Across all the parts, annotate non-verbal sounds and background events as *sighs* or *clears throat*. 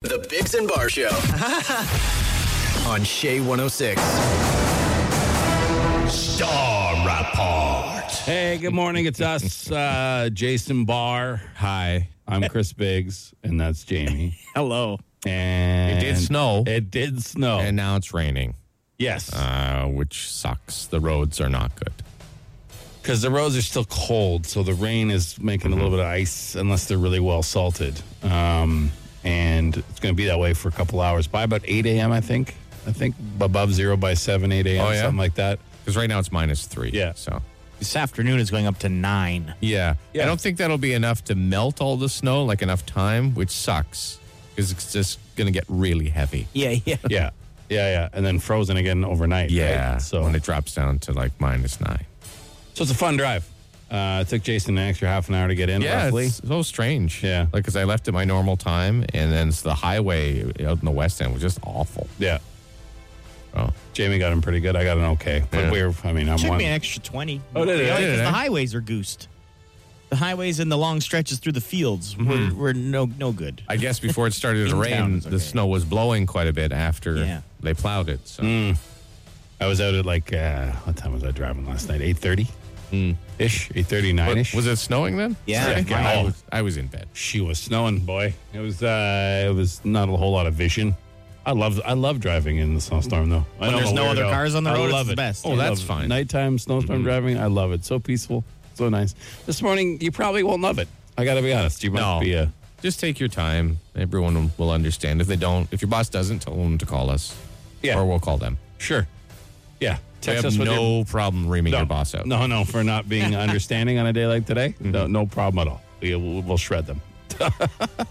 The Bigs and Bar Show *laughs* on Shea 106. Star Report. Hey, good morning. It's us, uh, Jason Barr. Hi, I'm Chris Biggs, and that's Jamie. Hello. And It did snow. It did snow. and now it's raining, yes, uh, which sucks. The roads are not good. because the roads are still cold, so the rain is making a little bit of ice, unless they're really well salted. Um, and it's going to be that way for a couple hours by about 8 a.m. I think. I think above zero by 7, 8 a.m. Oh, yeah? something like that. Because right now it's minus three. Yeah. So This afternoon is going up to nine. yeah. Yeah. I don't think that'll be enough to melt all the snow, like enough time, which sucks. Because it's just gonna get really heavy. Yeah, yeah. Yeah, yeah, yeah, and then frozen again overnight. right? So so when it drops down to like minus nine. so it's a fun drive. Uh, it took Jason an extra half an hour to get in. Yeah, roughly. it's so strange. Yeah. like because I left at my normal time, and then it's the highway out in the west end was just awful. Yeah. Oh, Jamie got him pretty good. I got an okay. But Yeah. we're, I mean, I'm Took one. me an extra 20. Oh, did it? Yeah, Did because it, eh? the highways are goosed. The highways and the long stretches through the fields were, Mm-hmm. were no no good. I guess before it *laughs* started to In town rain, is the okay. snow was blowing quite a bit after Yeah. they plowed it. So Mm. I was out at like, uh, what time was I driving last night? 8.30? Ish? 8.39 But ish? Hmm. was it snowing then? Yeah. Sorry, Yeah. I, Oh. was, I was in bed. She was snowing, boy. It was, uh, it was not a whole lot of vision. I love, I love driving in the snowstorm though. I When know I'm there's a no other weirdo. cars on the I road, it's love the it. best. Oh, I that's love it. fine. Nighttime Mm-hmm. snowstorm driving, I love it. So peaceful, so nice. This morning, you probably won't love it. I gotta be honest. You must No. be a, Just take your time. Everyone will- will understand. If they don't, if your boss doesn't, tell them to call us. Yeah. Or we'll call them. sure. Yeah. We Text have us with your no problem reaming your boss out. Mm-hmm. No, no, for *laughs* not being understanding on a day like today. No, no problem at all. We, we'll, we'll shred them. *laughs* uh,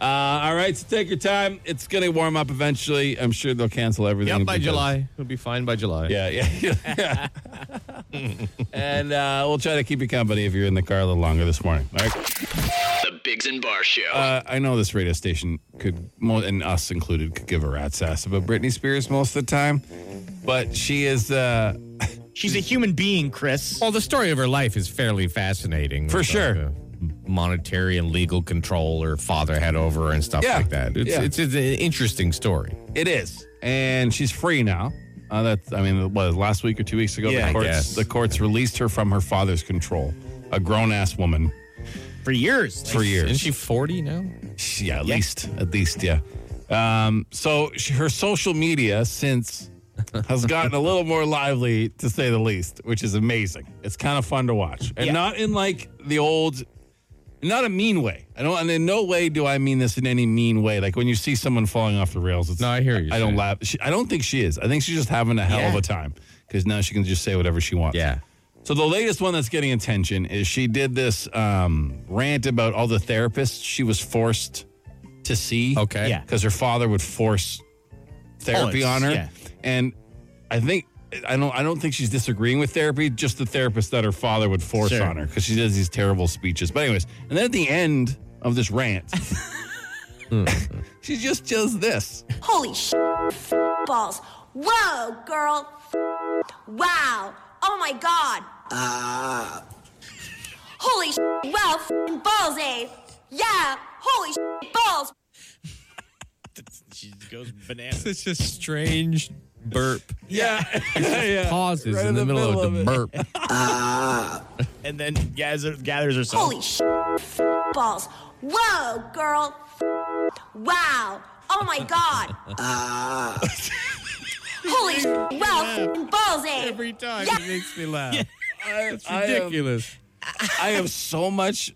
all right, so take your time. It's going to warm up eventually. I'm sure they'll cancel everything. Yep, by because- July. It'll be fine by July. Yeah, yeah, yeah. *laughs* and uh, we'll try to keep you company if you're in the car a little longer this morning. All right. The Bigs and Bar Show. Uh, I know this radio station could, mo- and us included, could give a rat's ass about Britney Spears most of the time, but she is. Uh, She's a human being, Chris. Well, the story of her life is fairly fascinating. For With, sure. uh, monetary and legal control her father had over her and stuff Yeah. like that. It's, Yeah. it's, it's an interesting story. It is, and she's free now. Uh, that's, I mean, it was last week or two weeks ago. Yeah, the I courts, guess. the courts released her from her father's control. A grown ass woman For years. for Isn't years. she 40 now? yeah, at least, at least, yeah. Um, so she, her social media since has *laughs* gotten a little more lively, to say the least, which is amazing. It's kind of fun to watch, and Yeah. not in like the old. Not a mean way. I don't, and in no way do I mean this in any mean way. Like when you see someone falling off the rails, it's No, I hear you. I don't Shay. laugh. She, I don't think she is. I think she's just having a hell of Yeah. a time because now she can just say whatever she wants. Yeah. So the latest one that's getting attention is she did this um, rant about all the therapists she was forced to see. Okay. Yeah. Because her father would force therapy Oh, on it's- her, yeah. and I think. I don't. I don't think she's disagreeing with therapy. Just the therapist that her father would force Sure. on her because she does these terrible speeches. But anyways, and then at the end of this rant, Hmm. *laughs* she just does this. Holy sh! Balls. Whoa, girl. Wow. Oh my god. Ah. Holy sh! Wow, f***ing balls, eh? Yeah. Holy sh! Balls. She goes bananas. It's just strange burp. *laughs* Yeah, yeah, yeah. pauses Right in, the, middle, of, the it. burp. And then gathers, gathers herself. Holy sh! Balls. Whoa, girl. Wow. Oh my god. Ah. Holy sh! Wow, f***ing balls, eh? Every time Yeah. it makes me laugh. It's *laughs* Ridiculous. I have so much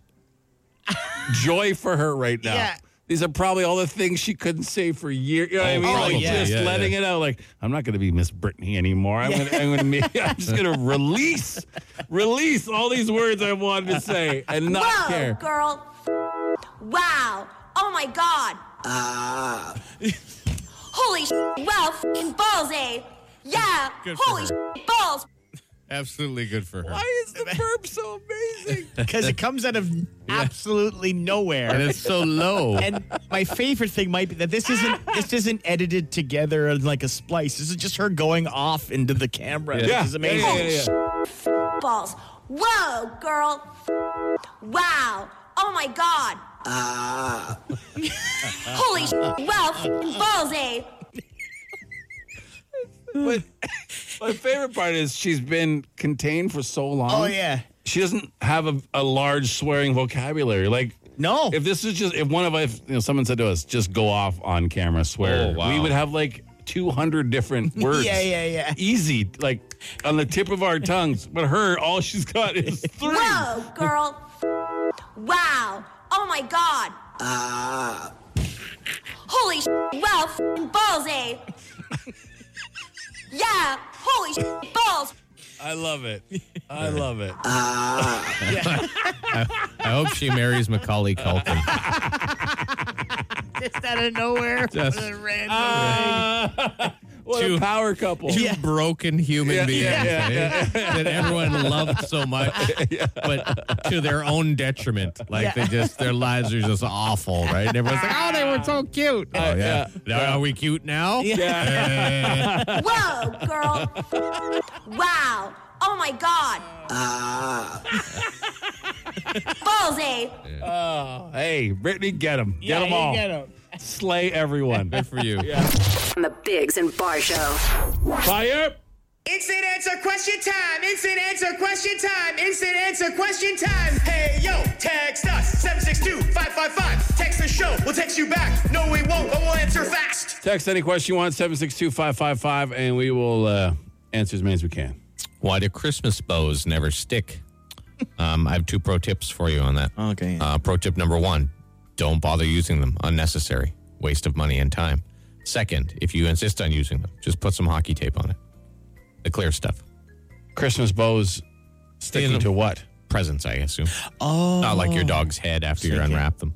joy for her right now. Yeah. These are probably all the things she couldn't say for years. You know what I Oh, mean? oh, like yeah. just Yeah, letting it out. Like I'm not going to be Miss Brittany anymore. I'm going to. I'm, gonna be- *laughs* I'm just going to release, release all these words I wanted to say and not Whoa, care. girl. Wow. Oh my god. Ah. Holy sh- Wow, f***ing balls, eh? Yeah. Good for Holy her. sh- balls. Absolutely good for her. Why is the burp so amazing? Because it comes out of absolutely And nowhere. it's so *laughs* low. And my favorite thing might be that this isn't this isn't edited together in like a splice. This is just her going off into the camera. Yeah. This is amazing. Yeah, yeah, yeah, yeah. Balls. Whoa, girl. Wow. Oh my god. Holy sh! Wow, f- balls, eh? My favorite part is she's been contained for so long. Oh, yeah. She doesn't have a, a large swearing vocabulary. Like No. if this is just if one of us you know someone said to us just go off on camera swear Oh, wow. we would have like 200 different words *laughs* Yeah, yeah, yeah. easy like on the tip of our tongues but her all she's got *laughs* is three Whoa, girl. F- wow. Oh my god. Holy sh! Wow, f- balls, eh? yeah. Holy sh! Balls. i love *laughs* it i love it Uh, I hope she marries Macaulay Culkin. Just out of nowhere. *laughs* *laughs* Just- Ah. Random. what Two- a power couple Two broken human beings yeah, yeah, eh? that everyone loved so *laughs* much, but to their own detriment. Like they just their lives are just awful, right? And everyone's like, "Oh, they were so cute." Oh yeah. Now, are we cute now? *laughs* yeah Whoa, girl. wow. Oh my god. balls, eh? hey brittany get them get them all slay everyone Good for you. on the Bigs and Bar Show. fire Instant answer question time. Instant answer question time. Instant answer question time. Hey yo, text us 762-555. Text the show. We'll text you back. No, we won't, but we'll answer fast. text any question you want 762-555 and we will uh, answer as many as we can Why do Christmas bows never stick? Um, I have two pro tips for you on that. Okay. Uh, pro tip number one don't bother using them. Unnecessary. Waste of money and time. Second, if you insist on using them, just put some hockey tape on it. The clear stuff. christmas bows sticking them. to what Presents, I assume. Oh. Not like your dog's head after you unwrap them.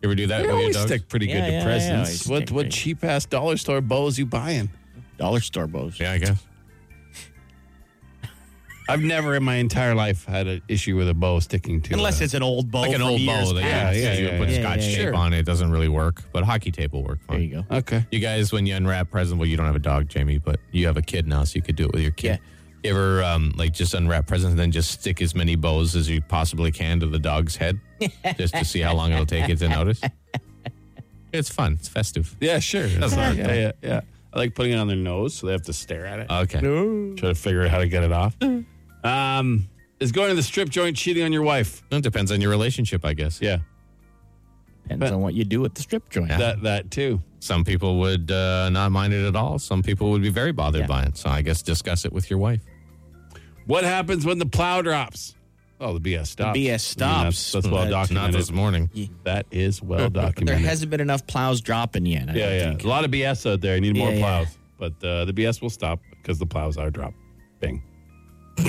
You ever do that They with your always dogs? stick pretty Yeah, good yeah, to yeah, presents. always what stick what pretty- cheap ass dollar store bows you buying? Dollar store bows. Yeah, I guess. I've never in my entire life had an issue with a bow sticking to. Unless a- it's an old bow. Like an from old Oh, years bowl. that- Yeah, past. yeah, yeah, You yeah, put yeah. scotch Yeah, yeah, tape sure. on it. It doesn't really work, but hockey tape will work fine. There you go. okay. You guys, when you unwrap presents, well, you don't have a dog, Jamie, but you have a kid now, so you could do it with your kid. You ever um, like just unwrap presents and then just stick as many bows as you possibly can to the dog's head, just to see how long it'll take it to notice? It's fun. It's festive. Yeah, sure. That's not yeah, yeah, yeah. I like putting it on their nose so they have to stare at it. Okay. Uh, Try to figure out how to get it off. Um, is going to the strip joint cheating on your wife? It depends on your relationship, I guess. Yeah, Depends on what you do at the strip joint. that that too. Some people would uh, not mind it at all. Some people would be very bothered by it. So I guess discuss it with your wife. What happens when the plow drops? Oh, the BS stops. I BS mean, stops. that's, that's well Not- Not documented. this morning. that is well There documented. hasn't been enough plows dropping yet. I Yeah, don't yeah. think. A lot of BS out there. I need more Yeah, yeah. plows. But uh, the BS will stop because the plows are dropped. Bing. *laughs*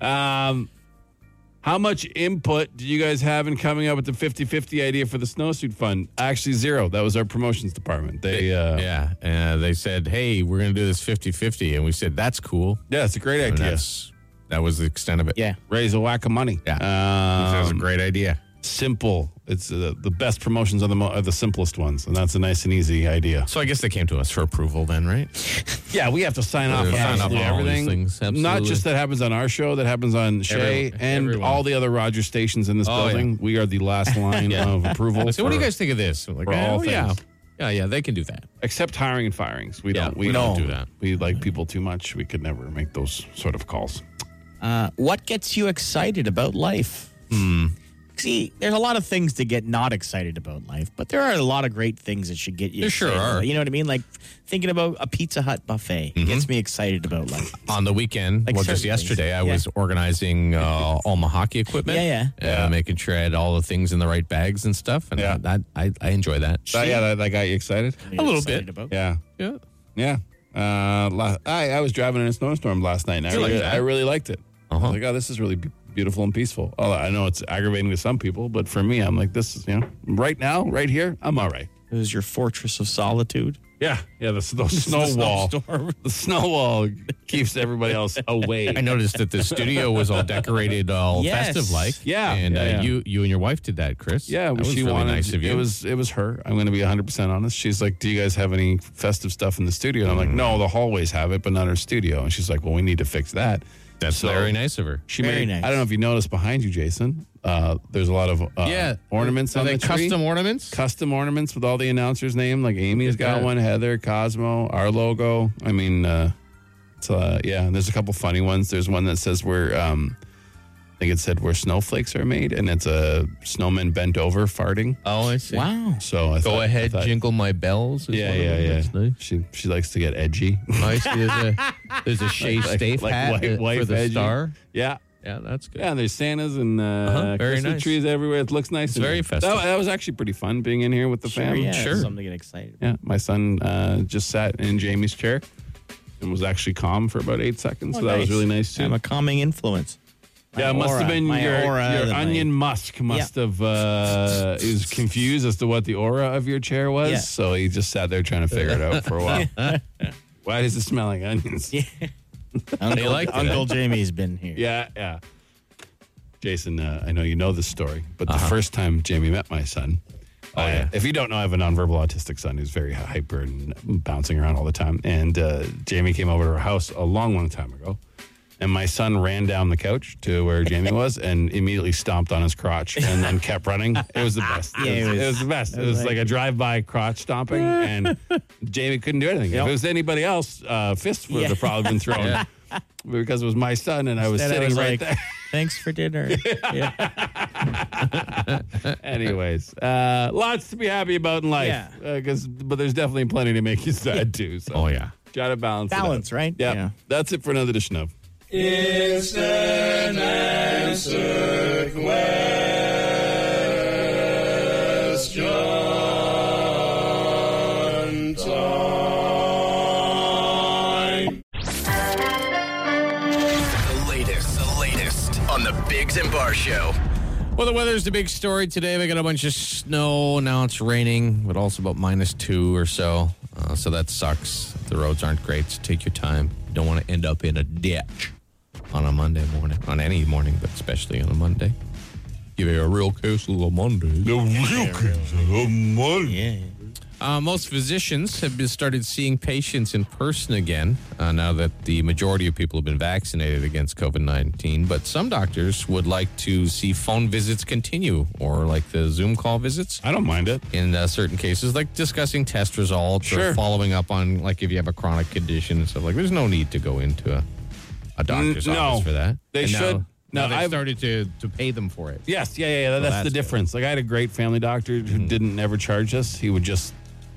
um, how much input do you guys have in coming up with the 50 50 idea for the snowsuit fund? Actually, zero. That was our promotions department. They, uh, yeah. Yeah. Uh, they said, hey, we're going to do this 50 50. And we said, that's cool. it's a great And idea. that's- That was the extent of it. Yeah. Raise a whack of money. Yeah. Um, That was a great idea. simple. It's uh, the best promotions are the, mo- are the simplest ones. And that's a nice and easy idea. So I guess they came to us for approval then, right? Yeah, we have to sign off on sign off absolutely on all these everything. things, Not absolutely. just that happens on our show, that happens on Shay Everyone- and everyone. all the other Roger stations in this Oh, yeah. building. We are the *laughs* last line of approval. So what do you for- guys think of this? I'm like, for all oh, yeah. things. Yeah, yeah, they can do that. Except hiring and firings. We Yeah, don't. We, we don't don't do that. We like people too much. We could never make those sort of calls. Uh, what gets you excited about life? Hmm. See, there's a lot of things to get not excited about life, but there are a lot of great things that should get you. There sure excited. are. You know what I mean? Like thinking about a Pizza Hut buffet Mm-hmm. gets me excited about life. On the weekend, Like well, just certain things. yesterday, I Yeah. was organizing uh, all my hockey equipment. Yeah, yeah. Uh, making sure I had all the things in the right bags and stuff. And Yeah. that, I, I enjoy that. That, yeah, that, that got you excited. A little excited bit. About. Yeah, Yeah. yeah. Uh, la- I I was driving in a snowstorm last night. And I, You like really, that? I really liked it. I was Uh-huh. like, oh, this is really be- beautiful and peaceful. Oh, I know it's aggravating to some people, but for me, I'm like, this is you know, right now, right here, I'm all right. It was your fortress *laughs* of solitude. Yeah, yeah, the, *laughs* the snow wall. *laughs* The snow wall keeps everybody else away. I noticed *laughs* that the studio was all decorated, all Yes. festive like. Yeah. And Yeah, uh, yeah. you you and your wife did that, Chris. Yeah, that well, was she really wanted. nice of you. It was it was her. I'm going to be 100 percent honest. She's like, "Do you guys have any festive stuff in the studio?" And I'm like, Mm. "No, the hallways have it, but not our studio." And she's like, "Well, we need to fix that." That's So very nice of her. She Very made, nice. I don't know if you noticed behind you, Jason. uh, there's a lot of uh, Yeah. ornaments Are on they the tree. custom ornaments? custom ornaments with all the announcers' name. Like Amy's got that. one, Heather, Cosmo, our logo. I mean, uh, it's, uh, yeah. And there's a couple funny ones. There's one that says where um, I think it said where snowflakes are made, and it's a snowman bent over farting. Oh, I see. Wow. So Go I thought- I ahead, thought- jingle my bells. is Yeah, one of yeah, them. yeah. That's nice. She she likes to get edgy. *laughs* Oh, I see there's a there's a Shea Like- Stafe like hat white- uh, for white the veggie. star. Yeah. Yeah, that's good. Yeah, and there's Santas and uh, very Christmas nice. trees everywhere. It looks nice. It's very festive. That, that was actually pretty fun being in here with the family. yeah, Sure. Something to get excited. about. Yeah, my son uh, just sat in Jamie's chair and was actually calm for about eight seconds. so Oh, that was really nice too. I'm a calming influence. yeah, it must aura, have been my your, aura your that onion I- musk must have uh, is confused as to what the aura of your chair was. Yeah. So he just sat there trying to figure it out for a while. Why does it smell like onions? Yeah, *laughs* Uncle, liked it. Uncle Jamie's been here. yeah. Jason, uh, I know you know this story, but the first time Jamie met my son, Oh, yeah. If you don't know, I have a nonverbal autistic son who's very hyper and bouncing around all the time. And uh, Jamie came over to our house a long, long time ago. And my son ran down the couch to where Jamie was and immediately stomped on his crotch and then kept running. It was the best. Yeah, it, was, it was- it was the best. It was like, a drive by crotch stomping, and Jamie couldn't do anything. If Yep. it was anybody else, uh, fists would Yeah. have probably been thrown. Because it was my son and I was Then I sitting was right like, *laughs* there. Thanks *laughs* for dinner. yeah. Anyways, uh, lots to be happy about in life. Yeah. Uh, 'cause- but there's definitely plenty to make you sad too. So Oh, yeah. try to balance. it out. Balance, right? Yeah. Yeah. That's it for another edition of. The latest, the latest on the Bigs and Bar Show. Well, the weather's the big story today. We got a bunch of snow. Now it's raining, but also about minus two or so. Uh, so that sucks. The roads aren't great. So take your time. You don't want to end up in a ditch on a Monday morning, on any morning, but especially on a Monday. Give you a real case of a Monday. yeah. Uh, most physicians have been started seeing patients in person again uh, now that the majority of people have been vaccinated against COVID 19. But some doctors would like to see phone visits continue or like the Zoom call visits I don't mind it. in uh, certain cases, like discussing test results or Sure. following up on like if you have a chronic condition and stuff. Like, there's no need to go into a, a doctor's N- no. office for that. They And now- should- Now, no, they I've- started to, to pay them for it. Yes. Yeah. Yeah. yeah that's, that's the good. Mm-hmm. difference. Like I had a great family doctor who didn't ever charge us. He would just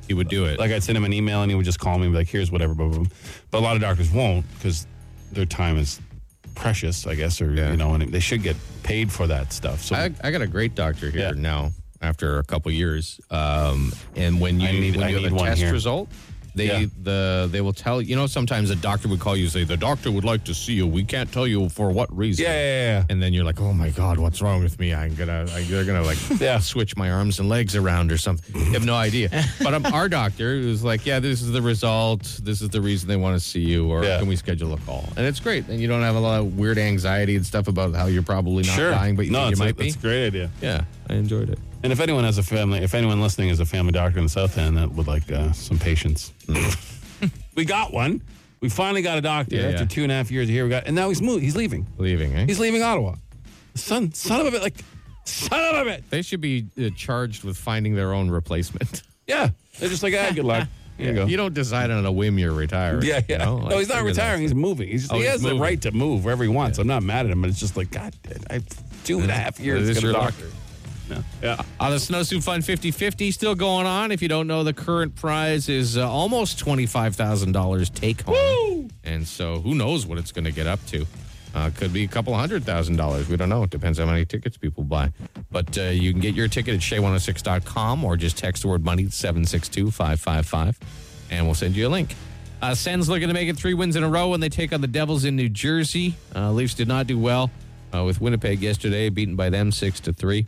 He would do it. like I'd send him an email and he would just call me and be like, here's whatever, blah, blah, blah. But a lot of doctors won't because their time is precious, I guess, or, you know, and they should get paid for that stuff. So I, I got a great doctor here Yeah. now after a couple years. Um, and when you I need- when I you need have a one test here. result, they Yeah. the they will tell you know sometimes a doctor would call you and say the doctor would like to see you. We can't tell you for what reason. Yeah, yeah, yeah, yeah. And then you're like, oh my god, what's wrong with me? I'm gonna I, they're gonna like *laughs* Yeah. switch my arms and legs around or something. You have no idea. But um, our doctor was like, yeah, this is the result. This is the reason they want to see you, or Yeah. can we schedule a call? And it's great. And you don't have a lot of weird anxiety and stuff about how you're probably not sure. dying, but you no, think it's you a, might be. It's a great idea. Yeah, I enjoyed it. And if anyone has a family, if anyone listening is a family doctor in the South End that would like uh, some patients, *laughs* we got one. We finally got a doctor Yeah, yeah. after two and a half years here. We got, and now he's moving. He's leaving. Leaving, eh? He's leaving Ottawa. Son, son of a bit, like, son of a bit. they should be uh, charged with finding their own replacement. Yeah, they're just like, ah, *laughs* good luck. Here you go. You don't decide on a whim you're retiring. yeah, yeah. you know? no, Like, he's not figure that retiring. He's moving. He's just, Oh, he he's has moving. the right to move wherever he wants. I'm not mad at him, but it's just like, God, I two and a half years. Is this to get a your doctor. No. Yeah. Uh, the Snowsuit Fun 50 50 still going on. If you don't know, the current prize is uh, almost $25,000 take home. And so who knows what it's going to get up to. Uh, could be a couple hundred thousand dollars. We don't know. It depends how many tickets people buy. But uh, you can get your ticket at shay106.com or just text the word money to 762 555 and we'll send you a link. Uh, Sens looking to make it three wins in a row when they take on the Devils in New Jersey. Uh, Leafs did not do well uh, with Winnipeg yesterday, beaten by them 6 to 3.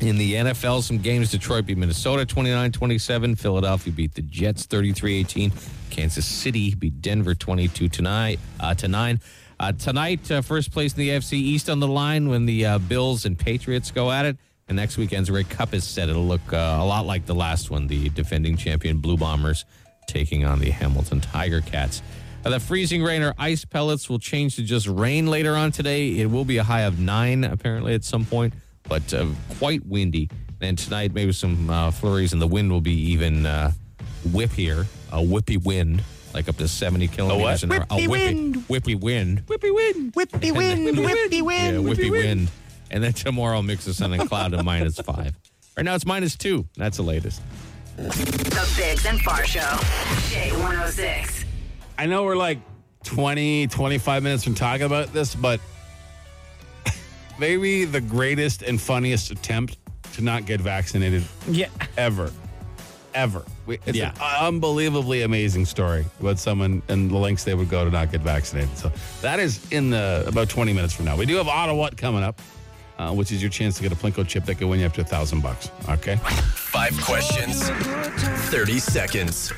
In the NFL, some games Detroit beat Minnesota 29 27. Philadelphia beat the Jets 33 18. Kansas City beat Denver 22 tonight. Uh, to nine. Uh, tonight, uh, first place in the AFC East on the line when the uh, Bills and Patriots go at it. And next weekend's Ray Cup is set. It'll look uh, a lot like the last one the defending champion Blue Bombers taking on the Hamilton Tiger Cats. Uh, the freezing rain or ice pellets will change to just rain later on today. It will be a high of nine, apparently, at some point. but uh, quite windy. And tonight, maybe some uh, flurries, and the wind will be even uh, whippier, a whippy wind, like up to 70 kilometers an hour. Whippy a whippy, wind. Whippy wind. Whippy wind. Whippy And then- wind. *laughs* Whippy Yeah, wind. whippy, wind. And then tomorrow, mix of sun and cloud *laughs* to minus five. Right now, it's minus two. That's the latest. The Bigs and Bar Show. J106. I know we're like 20, 25 minutes from talking about this, but *laughs* maybe the greatest and funniest attempt to not get vaccinated Yeah. ever. Ever. We- It's Yeah. an unbelievably amazing story about someone and the lengths they would go to not get vaccinated. So that is in the about 20 minutes from now. We do have Ottawa coming up, uh, which is your chance to get a Plinko chip that could win you up to a thousand bucks. Okay. Five questions, 30 seconds.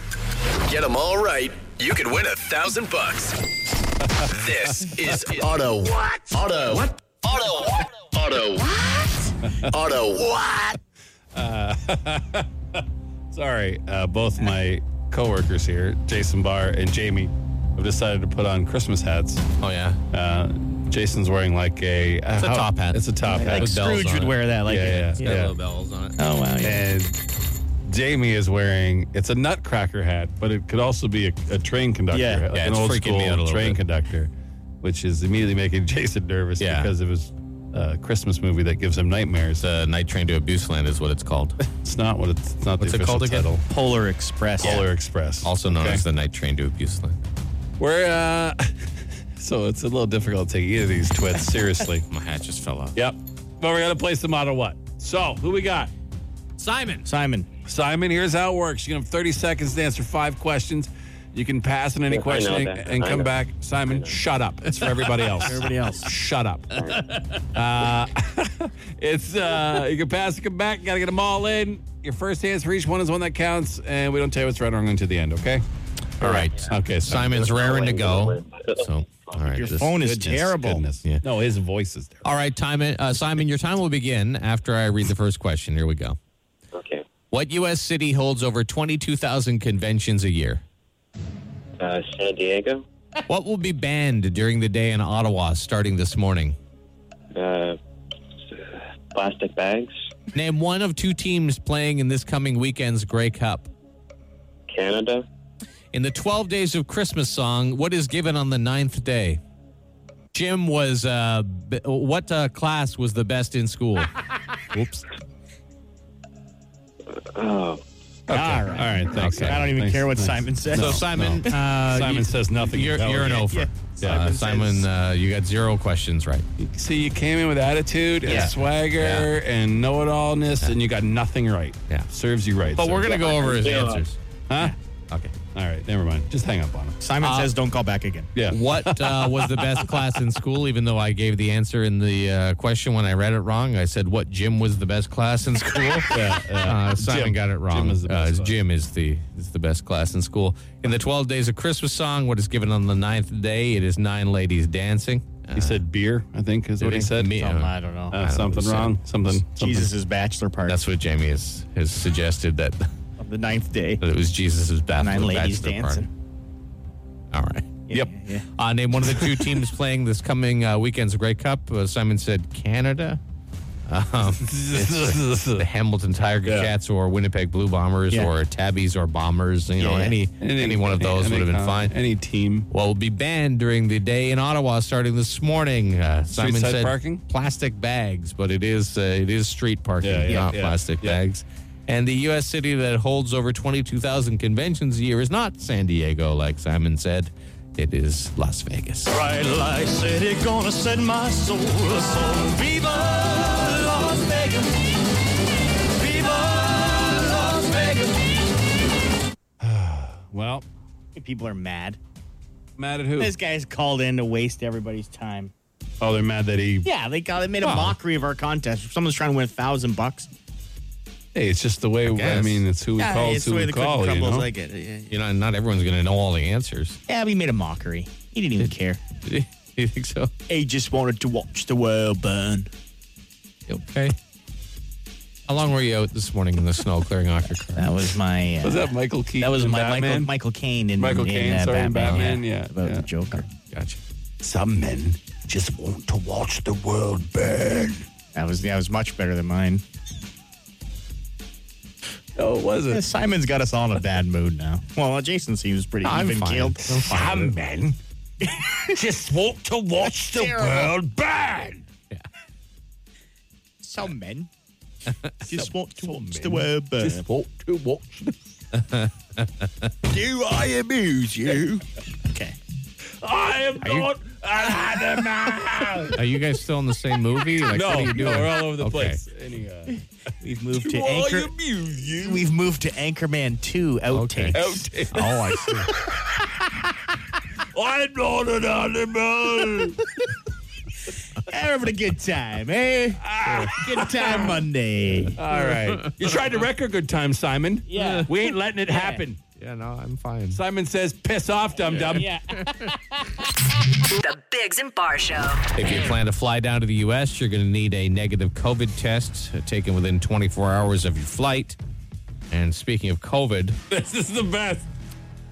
Get them all right, you could win a thousand bucks. This is Auto. What? Auto. What? Auto. What? Auto. What? Auto. What? Sorry, uh, both my coworkers here, Jason Barr and Jamie, have decided to put on Christmas hats. Oh, yeah. Uh, Jason's wearing like a uh, It's a top hat. It's a top hat. Like With bells Scrooge on would it. wear that. Like yeah, yeah, Got yeah. little bells on it. Oh wow. Yeah. And Jamie is wearing it's a nutcracker hat, but it could also be a, a train conductor, Yeah. hat, like Yeah, an it's old freaking school me out a little train bit. conductor, which is immediately making *laughs* Jason nervous Yeah. Uh, because of his uh, Christmas movie that gives him nightmares. The Night Train to Abuseland is what it's called. It's not what it's, it's not What's the it official called again? title. Polar Express. Polar Express, Also known Okay. as the Night Train to Abuseland. We're uh *laughs* so it's a little difficult to take either of these twits seriously. My hat just fell off. yep. But we're gonna play some auto what? So who we got? Simon. Simon. Simon, here's how it works. You have 30 seconds to answer five questions. You can pass on any Yes, I know question and, that. and I come know. back. Simon, shut up. It's for everybody else. Everybody else. Shut up. *laughs* Uh, it's uh, you can pass and come back. Got to get them all in. Your first answer for each one is one that counts, and we don't tell you what's right or wrong until the end. Okay. All right. Okay. So, Simon's raring to go. So, all right. Your this- phone is Goodness, terrible. goodness. Yeah. No, his voice is. terrible. All right, time, uh, Simon, your time will begin after I read the first question. Here we go. Okay. What U.S. city holds over 22,000 conventions a year? Uh, San Diego, What will be banned during the day in Ottawa starting this morning? uh, plastic bags, Name one of two teams playing in this coming weekend's Grey Cup. Canada, In the 12 Days of Christmas song, what is given on the ninth day? Jim was, uh, b- what uh, class was the best in *laughs* school? Oops. oh, All All right. right. Thanks. Okay. Simon. I don't even Thanks. care what Thanks. Simon says. So, Simon, uh, Simon you- says nothing. You're, you're an offer. yeah. Uh, Simon Simon, says- uh, you got zero questions right. See, you came in with attitude and Yeah. swagger Yeah. and know it allness, and you got nothing right. Yeah. Serves you right. But sir. we're going to go over his Yeah. answers. Huh? Okay. All right. Never mind. Just hang up on him. Simon says, "Don't call back again." Yeah. What uh, was the best class in school? Even though I gave the answer in the uh, question when I read it wrong, I said what gym was the best class in school. Uh, Simon Gym. got it wrong. Gym is the best uh, class. gym is the is the best class in school. In the twelve days of Christmas song, what is given on the ninth day? It is nine ladies dancing. Uh, He said beer, I think, is what he he? said. Me- Something, I don't know. Uh, know what something he wrong. Something. something. Jesus' bachelor party. that's what Jamie has has suggested that, on the *laughs* ninth day. that it was Jesus' bathroom. Nine ladies bachelor dancing. Party. All right. Yep. Yeah. Uh, name one of *laughs* the two teams playing this coming uh, weekend's Grey Cup. Uh, Simon said Canada. *laughs* Um, it's the Hamilton Tiger Yeah. Cats or Winnipeg Blue Bombers Yeah. or Tabbies or Bombers. You know, Yeah. any, any one of those any would have been con- fine. Any team. What will be banned during the day in Ottawa starting this morning? Uh, Simon side said parking? plastic bags, but it is uh, it is street parking, Yeah, yeah, not yeah, plastic yeah. bags. And the U.S. city that holds over 22,000 conventions a year is not San Diego, like Simon said. It is Las Vegas. bright light city gonna set my soul so viva las vegas viva las vegas Well, People are mad. mad at who? This guy's called in to waste everybody's time. Oh, they're mad that he. Yeah, they got they made a Well. mockery of our contest. If someone's trying to win a thousand bucks, Hey, it's just the way. I, guess. mean, it's who we yeah, call. It's it's the who way we the cookie call. You crumbles. know? I get it. Yeah, yeah. You know, not everyone's going to know all the answers. *laughs* Yeah, we made a mockery. He didn't even care. you think so? He just wanted to watch the world burn. Okay. How long were you out this morning in the snow clearing off your car? That was my. Uh, was that Michael Keaton? that was in my Michael, Batman? Michael Caine in Michael in, Caine, uh, sorry, in Batman. Batman, yeah, about yeah. the Joker. Gotcha. some men just want to watch the world burn That was that was much better than mine. No, Oh, it wasn't. Yeah, Simon's got us all in a bad mood now. Well, uh, Jason seems pretty I'm even fine. keeled. I'm fine with man *laughs* just want to watch the Terrible. world burn. *laughs* Some men just want to watch men the world burn. Just want to watch. Do I amuse you? okay. I am you- not an animal. Are you guys still in the same movie? Like, what are you doing? Okay. Anyhow, We've moved to Do anchor. I amuse you? We've moved to Anchorman Two outtakes. Okay. Out- Oh, I see. I'm not an animal. Having a good time, eh? good time Monday. All right. You tried to wreck a good time, Simon. Yeah. We ain't letting it happen. Yeah, no, I'm fine. Simon says, piss off, dum dum. Yeah. The Bigs and Bar Show. If you plan to fly down to the U.S., you're going to need a negative COVID test uh, taken within 24 hours of your flight. And speaking of COVID, This is the best.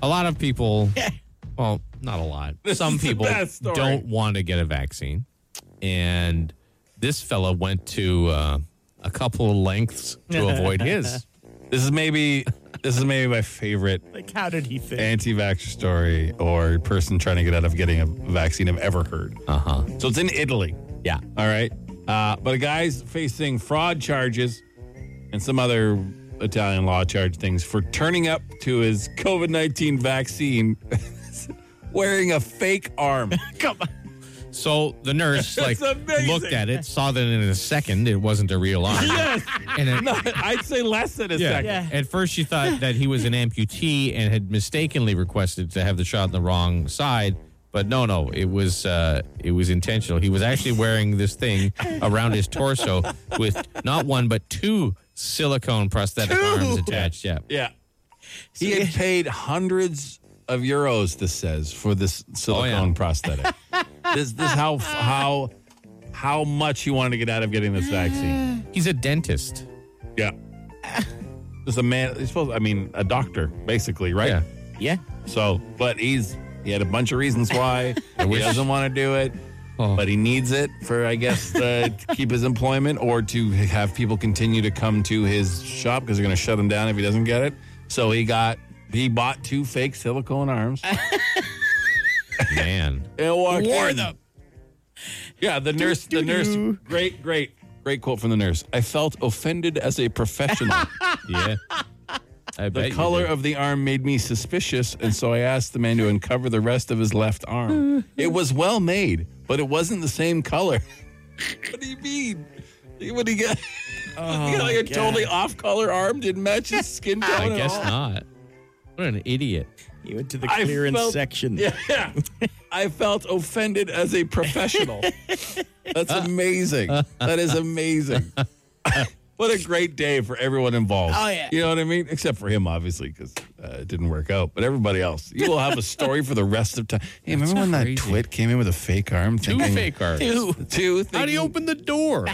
a lot of *laughs* people, well, not a lot, some is the people best story. don't want to get a vaccine. And this fella went to uh, a couple of lengths *laughs* to avoid his. This is maybe this is maybe my favorite Like, how did he think? anti-vaxxer story or person trying to get out of getting a vaccine I've ever heard. Uh huh. So it's in Italy. Yeah. All right. Uh, but a guy's facing fraud charges and some other Italian law charge things for turning up to his COVID 19 vaccine *laughs* wearing a fake arm. *laughs* Come on. So the nurse like amazing. looked at it, saw that in a second it wasn't a real arm. *laughs* yes. And it, No, I'd say less than a Yeah. second. At first, she thought that he was an amputee and had mistakenly requested to have the shot on the wrong side. But no, no, it was uh, it was intentional. He was actually wearing this thing around his torso with not one but two silicone prosthetic arms attached. Yeah. Yeah. He had paid hundreds of euros, this says, for this silicone Oh, yeah. *laughs* prosthetic. this this how how how much he wanted to get out of getting this vaccine. he's a dentist. *laughs* Yeah. This a man he's supposed I mean a doctor, basically, right? Yeah. Yeah. So but he's he had a bunch of reasons why he doesn't want to do it. Oh. But he needs it for, I guess, uh, to keep his employment or to have people continue to come to his shop because they're going to shut him down if he doesn't get it. So he got, he bought two fake silicone arms. Man, and walked Wore in. them. Yeah, the nurse. The nurse. Doo-doo-doo. Great, great, great quote from the nurse. I felt offended as a professional. yeah. I bet the you color did. of the arm made me suspicious, and so I asked the man to uncover the rest of his left *laughs* arm. it was well made, but it wasn't the same color. *laughs* what do you mean? What do you get? *laughs* you got like a totally off color arm didn't match his skin tone. Oh, I at guess all? not. What an idiot. You went to the I clearance felt- section. Yeah. I felt offended as a professional. That's Uh, amazing. That is amazing. *laughs* what a great day for everyone involved. Oh, yeah. You know what I mean? Except for him, obviously, because uh, it didn't work out. But everybody else, you will have a story for the rest of time. Hey, remember when crazy. that twit came in with a fake arm? Two fake arms. Two. Two. How do you open the door?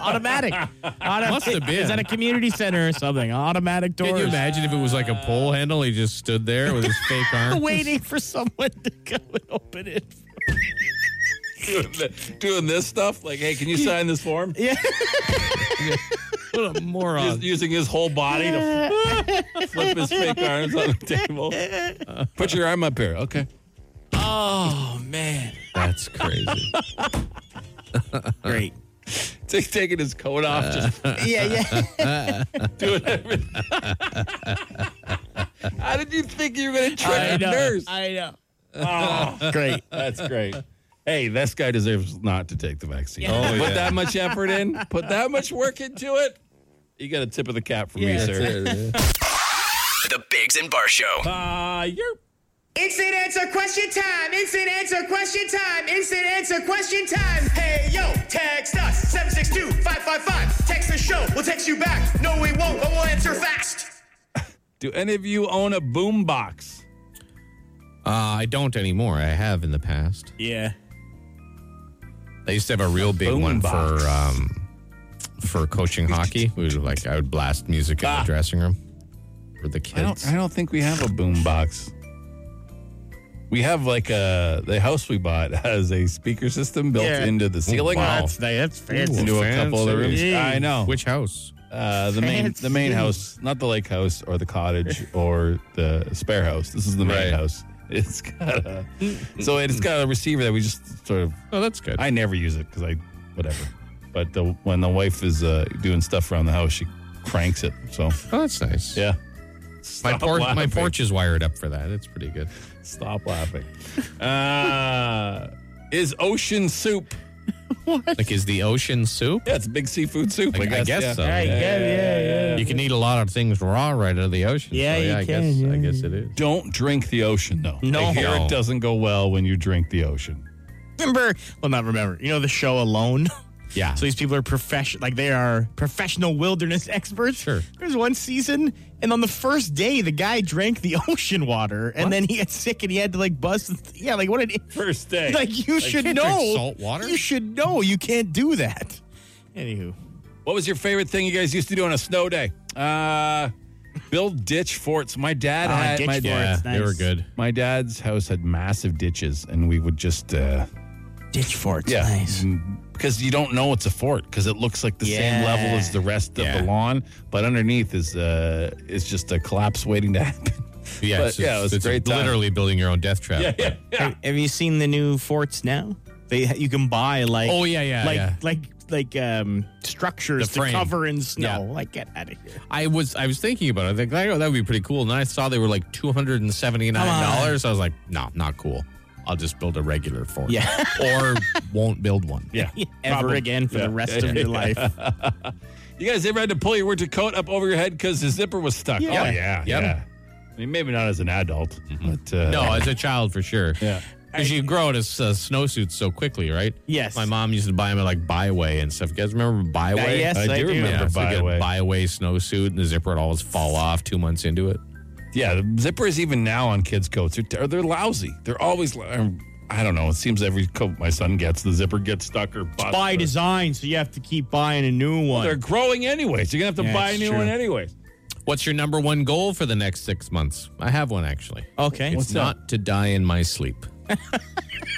Automatic. Auto- Must *laughs* have been. Is that a community center or something? Automatic doors. Can you imagine if it was like a pole handle? He just stood there with his fake *laughs* arm. Waiting for someone to come and open it. doing, th- *laughs* doing this stuff? Like, hey, can you sign this form? What a Us- moron. using his whole body to f- *laughs* flip his fake arms on the table. *laughs* Put your arm up here. Okay. Oh man. *laughs* That's crazy. Great. Take, taking his coat off, *laughs* just yeah, yeah. *laughs* doing everything. How did you think you were going to I trick a know. nurse? I know. great. That's great. Hey, this guy deserves not to take the vaccine. Oh, Put yeah. that much effort in, put that much work into it. You got a tip of the cap from me, Yeah, sir. The Bigs and Bar Show. Uh, you're Instant answer question time. Instant answer question time. Instant answer question time. Hey yo, text us 762-555. Text the show. We'll text you back. No, we won't, but we'll answer fast. Do any of you own a boom box? Uh, I don't anymore. I have in the past. Yeah. I used to have a real big Boom one box. for um, for coaching hockey. We would like I would blast music in Ah. the dressing room for the kids. I don't think we have a boom box. We have like a the house we bought *laughs* has a speaker system built Yeah. into the ceiling. Wow. That's, that's fancy. Into a couple of the rooms. Fancy. I know. Which house? Uh, the main the main Fancy. house, not the lake house or the cottage or the spare house. This is the Right. main house. *laughs* It's got a so it's got a receiver that we just sort of. Oh, that's good. I never use it because I whatever. But the, when the wife is uh, doing stuff around the house, she cranks it. So oh, that's nice. yeah, My, Stop por- my laughing. porch is wired up for that. It's pretty *laughs* good. Stop laughing. Uh, is ocean soup? Like, is the ocean soup? Yeah, it's big seafood soup. I- I guess so. All right, Yeah, yeah, yeah, yeah. You can eat a lot of things raw right out of the ocean. Yeah, so, you I can, Guess, yeah, I guess it is. Don't drink the ocean, though. No. I hear No. it doesn't go well when you drink the ocean. Remember, well, not remember. You know the show Alone. *laughs* Yeah. So these people are professional, like they are professional wilderness *laughs* experts. Sure. There's one season, and on the first day, the guy drank the *laughs* ocean water, and then he got sick, and he had to like buzz. Yeah, like what an First day. like you should can't drink know salt water? You should know you can't do that. Anywho, What was your favorite thing you guys used to do on a snow day? Uh, build ditch forts. My dad Ah, had ditch my forts. dad. Nice. They were good. My dad's house had massive ditches, and we would just uh, ditch forts. Yeah. Mm, Nice. because you don't know it's a fort because it looks like the same Yeah. level as the rest of Yeah. the lawn, but underneath is uh is just a collapse waiting to *laughs* happen. Yeah, But, it's, yeah, it was a it's great time. literally building your own death trap. *laughs* but- Have, have you seen the new forts now? They you can buy like Oh, yeah, yeah, like yeah. like like um structures The to frame. cover in snow. Like get out of here. I was I was thinking about it. I think that would be pretty cool. And then I saw they were like two hundred and seventy nine dollars. I was like, no, not cool. I'll just build a regular fort. Yeah. *laughs* or won't build one. *laughs* Yeah. Ever again for the rest of your life. You guys ever had to pull your winter coat up over your head because the zipper was stuck? Yeah. Oh yeah, Yep. yeah. I mean, maybe not as an adult, but uh, No, as a child for sure. Yeah. Because you grow out of uh, snowsuits so quickly, right? Yes. My mom used to buy them at like Byway and stuff. You guys remember Byway? Uh, yes, I I do do. remember yeah, so you get a Byway. Byway snowsuit and the zipper would always fall off two months into it. Yeah, the zippers even now on kids' coats are they're lousy. They're always lo- um, I don't know. It seems every coat my son gets, the zipper gets stuck or bust. By or- design, so you have to keep buying a new one. They're growing anyways. You're gonna have to Yeah, buy a it's new true. one anyways. What's your number one goal for the next six months? I have one actually. okay. It's not to die in my sleep.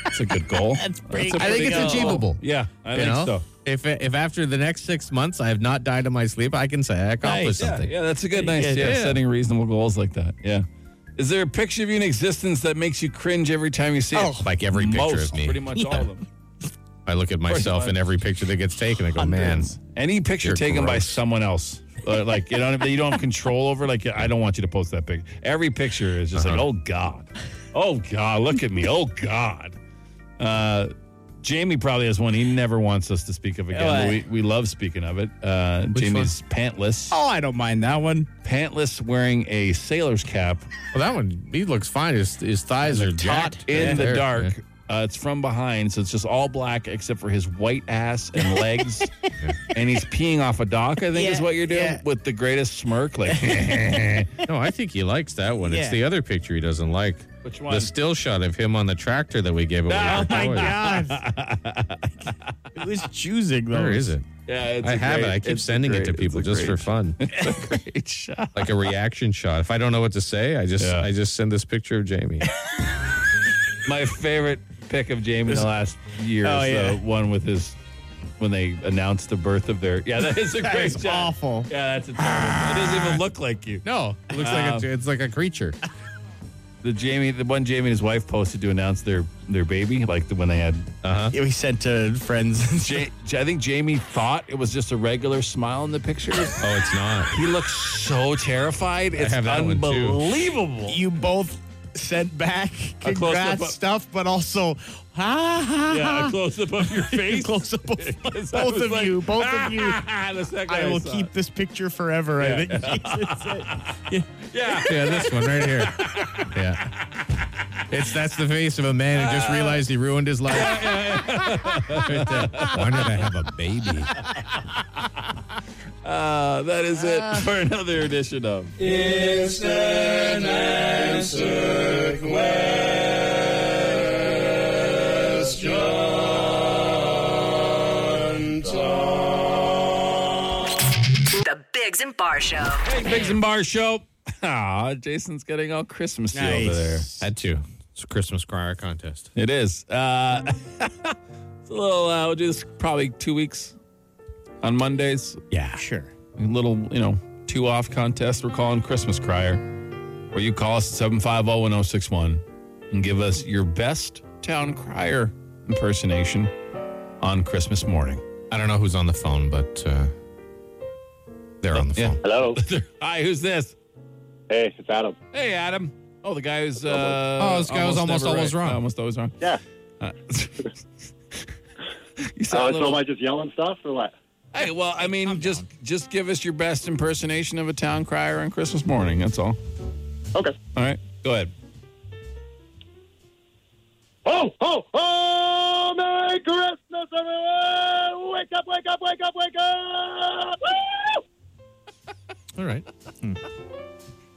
That's a good goal. That's pretty a good. I think it's go. achievable. Yeah, I You think know? so. If if after the next six months I have not died in my sleep, I can say I accomplished Yeah, something. Yeah, that's a good nice. Yeah, Yeah, yeah. setting reasonable goals like that. Yeah. Is there a picture of you in existence that makes you cringe every time you see Oh. it? Like every picture Most, of me. pretty much all of them. I look at myself in every picture that gets taken. I go, man, Hundreds. Any picture You're taken by gross. someone else, uh, like you don't, you don't have control over. Like I don't want you to post that picture. Every picture is just Uh-huh. like, oh god, oh god, look at me, oh god. Uh, Jamie probably has one he never wants us to speak of again. Yeah. but we, we love speaking of it. Uh, Jamie's pantless, Oh, I don't mind that one. pantless, wearing a sailor's cap well, that one he looks fine. His his thighs are jacked in Yeah. the They're- dark. Uh, it's from behind, so it's just all black except for his white ass and *laughs* legs. and he's peeing off a dock, I think is Yeah, what you're doing, yeah. with the greatest smirk. Like, *laughs* No, I think he likes that one. It's Yeah. the other picture he doesn't like. Which The one? still shot of him on the tractor that we gave away. Oh, at the My toy. God. Who's choosing those? Where is it? yeah, it's I a have great- it. I keep it's a sending it great- to it's people a just for great- fun, Great *laughs* shot. like a reaction shot. If I don't know what to say, I just Yeah. I just send this picture of Jamie. *laughs* My favorite pick of Jamie in the last year Oh, is yeah. the one with his when they announced the birth of their. Yeah, that is a *laughs* That great is shot. awful. Yeah, that's a terrible. It doesn't even look like you. No, Oh, it looks like a, it's like a creature. The Jamie, the one Jamie and his wife posted to announce their their baby, like the, when they had Yeah, we sent to friends. *laughs* Ja- Ja- I think Jamie thought it was just a regular smile in the picture. Oh, it's not. he looks so terrified. It's have that one, too. unbelievable. you both sent back A congrats close-up- stuff, but also *laughs* ha ha *laughs* yeah, a ha. close up of your face. *laughs* Close up of Because I *laughs* both was of like, ah, you, both of *laughs* you. the second I will saw keep it. this picture forever. *laughs* I think Jesus said. Yeah. *laughs* Yeah, this one right here. Yeah. It's that's the face of a man who just realized he ruined his *laughs* life. Right there. Why not I have a baby? *laughs* Uh, that is it for another edition of. The Bigs and Bar Show. Hey, Biggs and Bar Show. Aw, Jason's getting all Christmassy over there. Nice. Had to. It's a Christmas choir contest. It is. Uh, *laughs* it's a little. Uh, we'll do this probably two weeks on Mondays. Yeah. Sure. A little, you know, two off contest. We're calling Christmas Crier, or you call us at 750-1061 and give us your best town crier impersonation on Christmas morning. *laughs* I don't know who's on the phone, but uh, they're on the Yeah. phone. Hello. Hi, who's this? hey, it's Adam. Hey, Adam. Oh, the guy who's. Uh, Oh, this guy was almost never always right. wrong. Almost always wrong. Yeah. *laughs* You sound a Oh, so little- am I just yelling stuff or what? Hey, well, I mean, just just give us your best impersonation of a town crier on Christmas morning. That's all. Okay. All right, go ahead. Oh, oh, oh! Merry Christmas, everyone! Wake up, wake up, wake up, wake up! *laughs* Woo! All right. Hmm.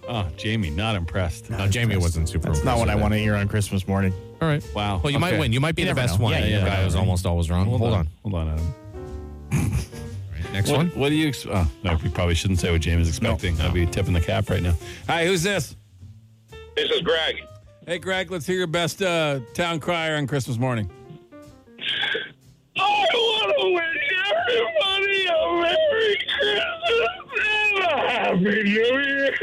Oh, Jamie, not impressed. No, Jamie wasn't super. That's not what I want to hear on Christmas morning. All right. Wow. Well, you Okay. might win. You might be You the never best know. one. Yeah, the yeah, guy yeah. was almost always wrong. Hold, on. Hold on, Adam. Next What, one. what do you? Ex- oh, no, you probably shouldn't say what Jamie's expecting. I'd be tipping the cap right now. Hi, who's this? This is Greg. Hey, Greg. Let's hear your best uh, town crier on Christmas morning. I want to wish everybody a Merry Christmas and a Happy New Year.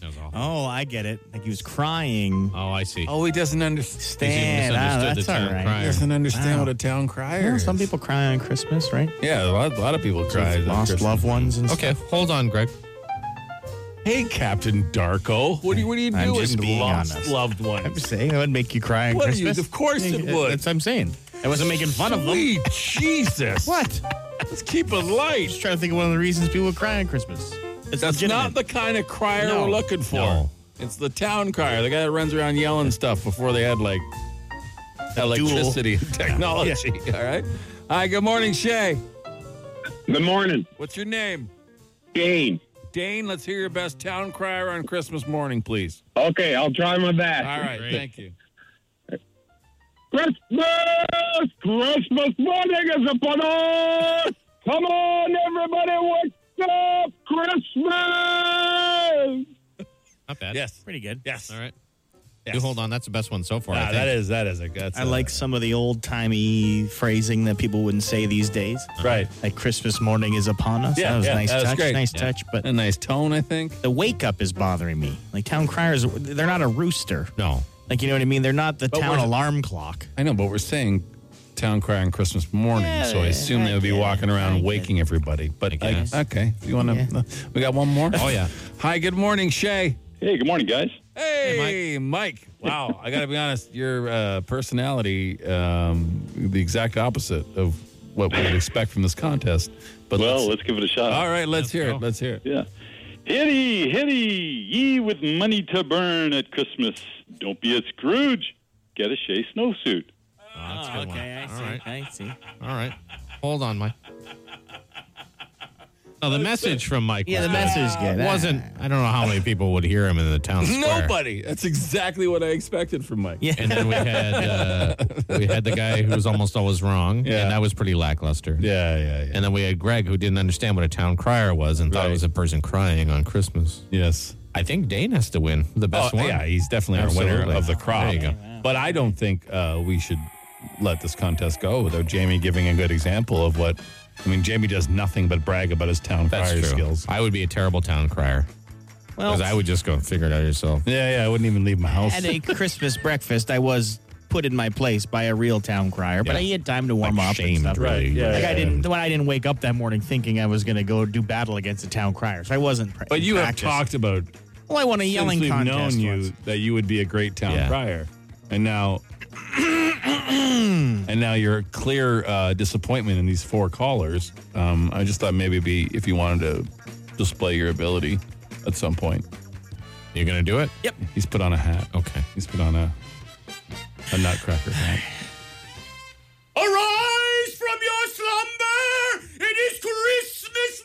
That was awful. Oh, I get it. Like he was crying. Oh, I see. Oh, he doesn't understand. Stan, ah, misunderstood that's the all term right. crier. Doesn't understand Wow. what a town crier. Well, is. some people cry on Christmas, right? Yeah, a lot, a lot of people cry. on Lost Christmas. loved ones and Okay, hold on, Greg. Hey, Captain Darko. What are you? What are you I'm doing? just being lost honest. loved I'm ones. saying that would make you cry on What are you- Christmas. of course it would. That's what I'm saying. I wasn't making fun of them. Sweet Jesus. What? Let's keep it light. Just trying to think of one of the reasons people cry on Christmas. It's That's not legitimate. the kind of crier No. we're looking for. No. It's the town crier, the guy that runs around yelling stuff before they had like *laughs* electricity and technology. All right. Hi, good morning, Shay. Good morning, What's your name? Jane. Dane, let's hear your best town crier on Christmas morning, please. Okay, I'll try my best. All right, Great. thank you. Christmas! Christmas morning is upon us! Come on, everybody, wake up! Christmas! Not bad. Yes. pretty good. Yes. All right. Yes. You hold on. That's the best one so far. I Ah, think. that is that is a that's I a- like some of the old timey phrasing that people wouldn't say these days. right. Like Christmas morning is upon us. Yeah, that was yeah, nice that was touch. great. Nice Yeah. touch. But A nice tone, I think. the wake up is bothering me. Like town criers, they're not a rooster. No. Like you know what I mean? They're not the town we're- alarm clock. I know, but we're saying town crier on Christmas morning, Yeah, so I assume I they'll be get it. walking I around get waking everybody. But I, guess. okay, if you want to, Yeah. we got one more. Oh yeah. *laughs* Hi, good morning, Shay. Hey, good morning, guys. Hey, Mike. Wow, I got to be honest, your uh, personality, um, the exact opposite of what we would expect from this contest. But Well, uh, let's, let's give it a shot. all right, let's hear go. it. Let's hear it. Yeah. Hitty, hitty, ye with money to burn at Christmas. Don't be a Scrooge. Get a Shea snowsuit. Oh, that's a good one. All right. I see. All right. Hold on, *laughs* Mike. No, Oh, the message from Mike. Yeah, was the good. message good. It wasn't. I don't know how many people would hear him in the *laughs* town square. Nobody. That's exactly what I expected from Mike. Yeah. And then we had uh, we had the guy who was almost always wrong, Yeah. and that was pretty lackluster. Yeah, yeah, yeah. And then we had Greg who didn't understand what a town crier was and thought Right. it was a person crying on Christmas. yes. I think Dane has to win the best Oh, one. Yeah, he's definitely our winner Absolutely. of the crop. There you go. But I don't think uh, we should let this contest go without Jamie giving a good example of what. I mean, Jamie does nothing but brag about his town That's crier true. skills. I would be a terrible town crier because Well, I would just go and figure it out yourself. Yeah, yeah, I wouldn't even leave my house. at a Christmas breakfast, I was put in my place by a real town crier, but Yeah. I had time to warm Like up shamed, and stuff. Right, yeah, Like I yeah. didn't, when I didn't wake up that morning thinking I was going to go do battle against a town crier, so I wasn't. Pre- But you have practiced. talked about Well, I won a yelling since we've known contest. you once. that you would be a great town Yeah. crier, and now *coughs* and now you're a clear uh, disappointment in these four callers. Um, I just thought maybe it'd be if you wanted to display your ability at some point. You're gonna do it? Yep. He's put on a hat. Okay. He's put on a a nutcracker hat. Arise from your slumber! It is Christmas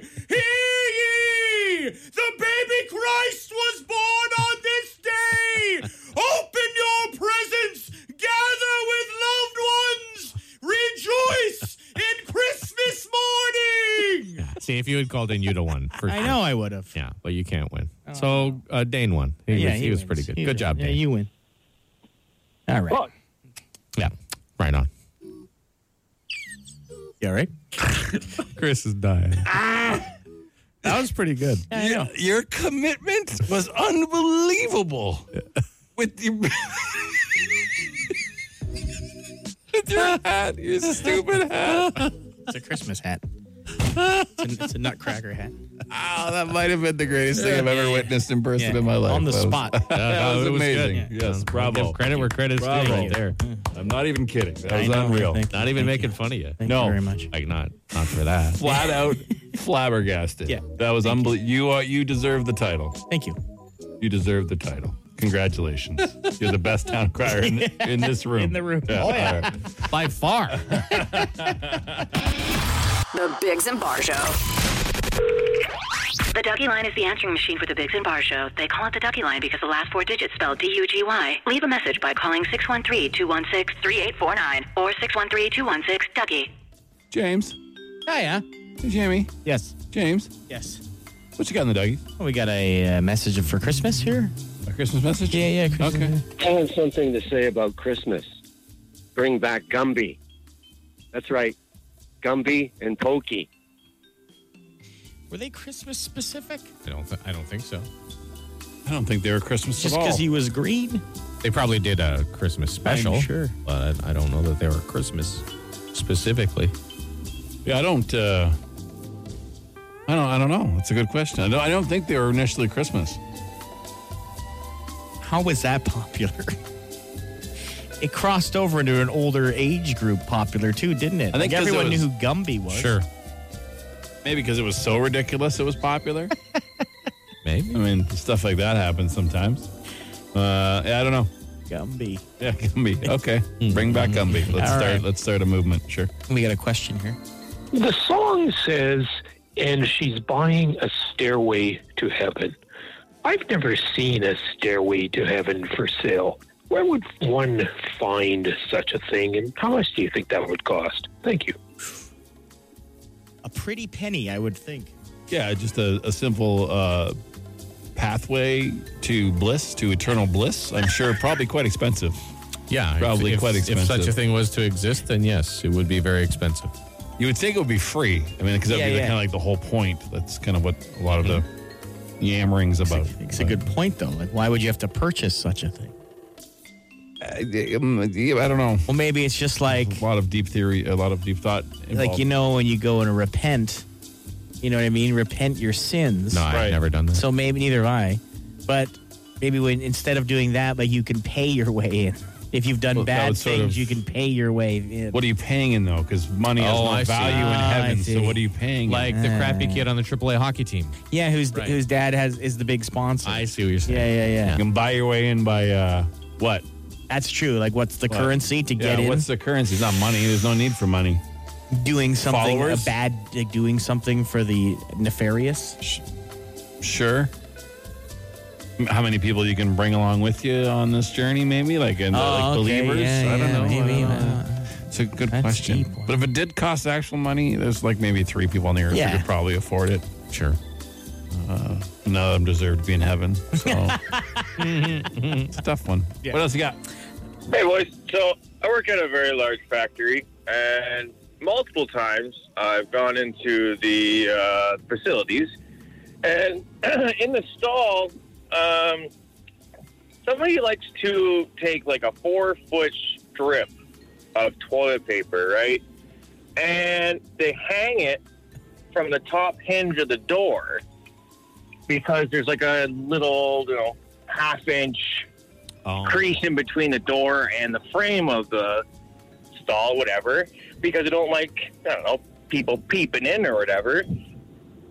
morning! Hear ye! The baby Christ was born on this day! Open your presents! Gather with loved ones! Rejoice in Christmas morning! *laughs* See if you had called in, you'd have won. For I sure. know I would have. Yeah, but you can't win. So uh, Dane won. He, was, he was wins. pretty good. He good wins. job, Yeah, Dane. you win. All right. Look, yeah, right on. You all right? Chris is *laughs* dying. that was pretty good. I know. Your commitment was unbelievable. With *laughs* your, with your hat, your stupid hat. It's a Christmas hat. It's a, it's a nutcracker hat. Oh, that might have been the greatest thing I've ever witnessed in person Yeah. in my life. On the That was- spot. *laughs* that no, was it was amazing. good. Yes, bravo. Give credit where credit's due Bravo. right there. I'm not even kidding. That I was know. unreal. Thank you. Not even Thank making fun of Mm-hmm. you. Thank No. you very much. Like not not for *laughs* that. Flat *laughs* out flabbergasted. Yeah. That was unbelievable. You are you deserve the title. Thank you. You deserve the title. *laughs* Congratulations. You're the best town crier in, in this room. In the room. Yeah. Oh, yeah. All right. By far. The Biggs and Bar Show. The Ducky line is the answering machine for the Biggs and Bar Show. They call it the Ducky line because the last four digits spell D U G Y. Leave a message by calling 613 216 3849 or 613 216 Ducky. James. yeah. Hey, Jamie. Yes. James. Yes. What you got in the doggy? Well, we got a uh, message for Christmas here. A Christmas message? Yeah, yeah. Christmas. Okay. I have something to say about Christmas. Bring back Gumby. That's right, Gumby and Pokey. Were they Christmas specific? I don't. Th- I don't think so. I don't think they were Christmas Just at all. because he was green? They probably did a Christmas special. sure. But I don't know that they were Christmas specifically. Yeah, I don't. Uh, I don't. I don't know. That's a good question. I don't. I don't think they were initially Christmas. How was that *laughs* popular? It crossed over into an older age group popular too, didn't it? I think Like, 'cause it everyone was- knew who Gumby was. Maybe because it was so ridiculous, it was popular. I Maybe. mean, stuff like that happens sometimes. Uh, yeah, I don't know. Gumby. Yeah, Gumby. Okay, bring back Gumby. Let's All start. right. Let's start a movement. Sure. We got a question here. The song says, and she's buying a stairway to heaven. I've never seen a stairway to heaven for sale. Where would one find such a thing, and how much do you think that would cost? Thank you. A pretty penny, I would think. Yeah, just a, a simple uh, pathway to bliss, to eternal bliss. I'm sure probably quite expensive. Yeah. Probably if, quite if- If expensive. such a thing was to exist, then yes, it would be very expensive. You would think it would be free. I mean, because that'd Yeah, be yeah. kind of like the whole point. That's kind of what a lot of the yammerings about. It's a good point though. Like why would you have to purchase such a thing? Um, yeah, I don't know. Well, maybe it's just like A lot of deep theory, a lot of deep thought. Involved. like you know when you go and repent, you know what I mean? Repent your sins. No, I've Right. never done that. So maybe neither have I. But maybe when instead of doing that, like you can pay your way in. If you've done Well, that bad would sort things, of- you can pay your way in. what are you paying in though? Because money has Oh, no I see. value in Ah, I heaven. see. So what are you paying? in? like the crappy kid on the AAA hockey team. yeah, whose Right. whose dad has is the big sponsor. I see what you're saying. yeah, yeah, yeah, you can buy your way in by uh, what? That's true. Like, what's the currency to Yeah, get in? what's the currency? It's not money. There's no need for money. doing something followers? a bad, like doing something for the nefarious. Sure. How many people you can bring along with you on this journey? Maybe like, and, uh, Oh, like okay. believers. Yeah, I don't yeah, know. I maybe, don't know. uh, It's a good That's question. deep one. But if it did cost actual money, there's like maybe three people on the earth Yeah. who could probably afford it. Sure. Uh, none of them deserve to be in heaven. *laughs* So it's a tough one. What else you got? Hey, boys. So I work at a very large factory, and multiple times I've gone into the uh, facilities, and *clears throat* in the stall, um, somebody likes to take like a four foot strip of toilet paper, right? And they hang it from the top hinge of the door because there's like a little, you know, half inch Oh. crease in between the door and the frame of the stall, whatever, because I don't like, I don't know, people peeping in or whatever.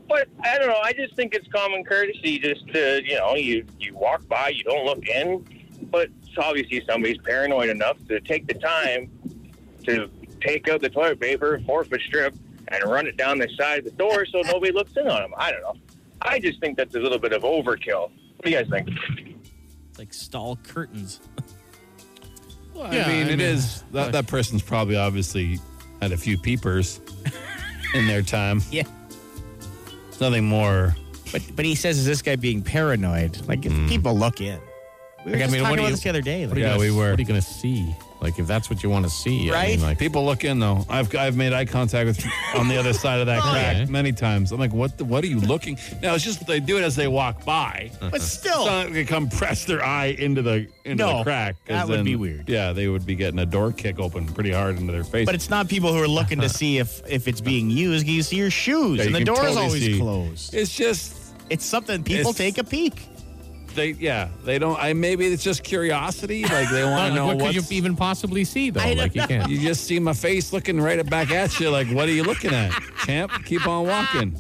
But I don't know. I just think it's common courtesy just to, you know, you, you walk by, you don't look in. But it's obviously somebody's paranoid enough to take the time to take out the toilet paper, four foot strip, and run it down the side of the door so nobody looks in on them. I don't know. I just think that's a little bit of overkill. What do you guys think? It's like stall curtains. I mean, it is that, that person's probably obviously had a few peepers in their time. *laughs* Yeah. It's nothing more But but he says, is this guy being paranoid? Like, Hmm. if people look in. We were Like, just talking what do about you- this the other day. what Like, are you gonna- What are you going to see? Like, if that's what you want to see, I Right? mean, like, People look in though. I've I've made eye contact with on the other side of *laughs* that crack many times. I'm like, what the, what are you looking? Now it's just they do it as they walk by. But It's still, not like they come press their eye into the into Oh. No, the crack. 'cause that would be weird. Yeah, they would be getting a door kick open pretty hard into their face. but it's not people who are looking *laughs* to see if if it's being used. You see your shoes, Yeah, you and the can door is totally always see. closed. it's just It's something people It's- take a peek. they yeah they don't. I maybe it's just curiosity. Like they want *laughs* Like, to know what could you what's- even possibly see though? I Like, you don't can't. *laughs* You just see my face looking right back at you. Like what are you looking at, champ? Keep on walking.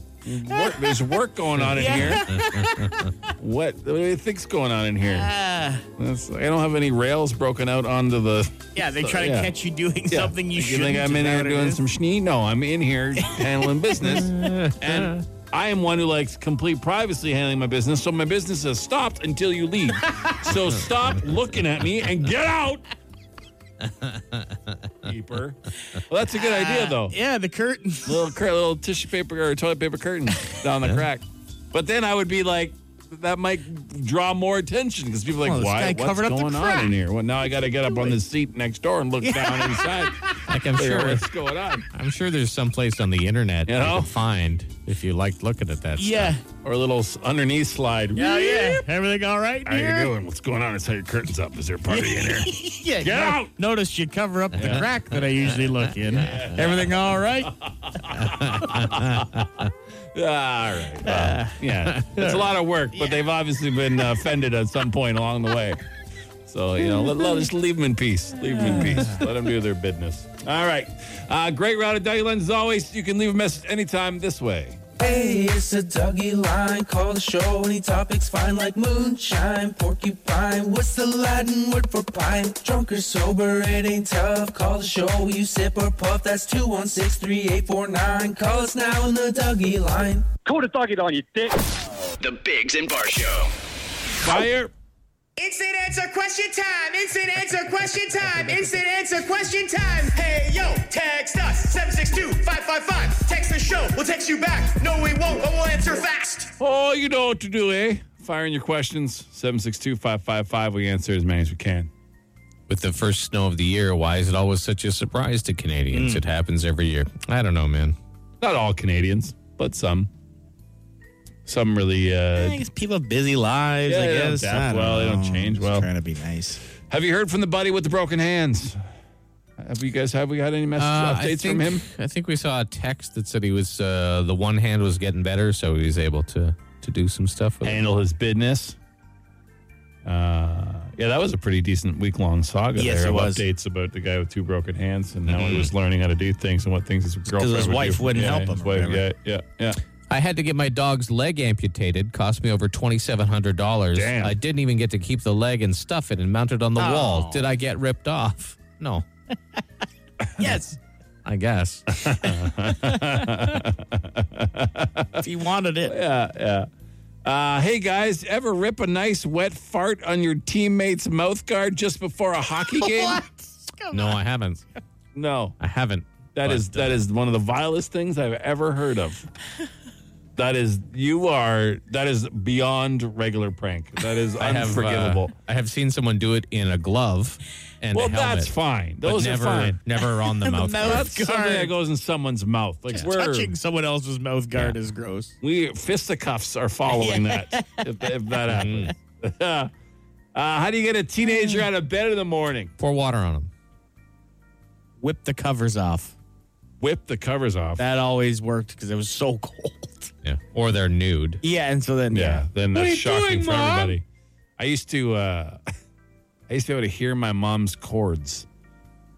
Work, there's work going on in here. *laughs* what, what do you think's going on in here? Uh. That's, I don't have any rails broken out onto the. Yeah, they So, try to yeah. catch you doing Yeah. something you, you shouldn't. think I'm is in that here what it doing is? some schnee? No, I'm in here handling business, and I am one who likes complete privacy handling my business. So my business has stopped until you leave. *laughs* so stop looking at me and get out. Keeper. Well, that's a good idea though. *laughs* Yeah, the curtain. Little cur- little tissue paper or toilet paper curtain down the crack. But then I would be like. That might draw more attention because people are like, Oh, this why? guy What's covered up the going on crack. in here? Well, now I got to get up on the seat next door and look down *laughs* inside. Like, *laughs* I'm Figure out sure. what's going on. I'm sure there's some place on the internet You you, know? can find if you like looking at that. *laughs* Yeah. Or a little s- underneath slide. Yeah, yeah. Everything all right How you here? doing? What's going on? It's how your curtains up. Is there a party in *laughs* here? Yeah, Get no- out! Notice you cover up the crack that I usually look in. Everything all *laughs* right? All right. well, Uh, yeah. It's a lot of work, but they've obviously been uh, offended at some point along the way. So, you know, let, let, just leave them in peace. Leave them in peace. Let them do their business. All right. Uh, great route of Dougie Lens. As always, you can leave a message anytime this way. Hey, it's a Dougie line. Call the show. Any topics fine, like moonshine, porcupine. What's the Latin word for pine? Drunk or sober, it ain't tough. Call the show. You sip or puff. That's 216 3849. Call us now on the Dougie line. Call the doggy on your dick. The Bigs and Bar Show. Fire. Instant answer question time. Instant answer question time. Instant answer question time. Hey yo, text us 762-555. Text the show. We'll text you back. No, we won't, but we'll answer fast. Oh, you know what to do, eh? Fire in your questions. 762 555. We answer as many as we can. With the first snow of the year, why is it always such a surprise to Hmm. Canadians? It happens every year. I don't know, man. Not all Canadians, but some. Some really. I Uh, guess people have busy lives, Yeah, I they don't guess. adapt I well, they don't know. change Just well. trying to be nice. have you heard from the buddy with the broken hands? Have you guys have we got any message Uh, I updates think, from him? I think we saw a text that said he was uh, the one hand was getting better, so he was able to to do some stuff with it. Handle his business. Uh, yeah, that was a pretty decent week long saga. Yes, there it of was. Mm-hmm. updates about the guy with two broken hands and how he was learning how to do things and what things his girlfriend his would do wife for- wouldn't yeah, help his him or wife- yeah, whatever. yeah, yeah. I had to get my dog's leg amputated. Cost me over twenty seven hundred dollars. Damn. I didn't even get to keep the leg and stuff it and mount it on the wall. Oh. Did I get ripped off? *laughs* No, Yes, I guess. if he wanted it. Uh, hey guys, ever rip a nice wet fart on your teammate's mouth guard just before a *laughs* hockey game? Come No, on. I haven't. No, I haven't. that is that is one of the vilest things I've ever heard *laughs* of. that is you are that is beyond regular prank. That *laughs* is I have, uh, unforgivable. I have seen someone do it in a glove and well, a helmet. that's fine. but Those never, are fine. Never *laughs* on the mouth. mouth. guard. That's something that goes in someone's mouth. Like we're Touching someone else's mouth guard is gross. we fisticuffs are following *laughs* that if, if that happens. *laughs* Mm. uh, how do you get a teenager out of bed in the morning? Pour water on them. Whip the covers off. Whip the covers off. That always worked because it was so cold. *laughs* Yeah. Or they're nude. Yeah, and so then Yeah, yeah. then What that's are you shocking doing, for Mom? everybody. I used to, uh, *laughs* I used to be able to hear my mom's chords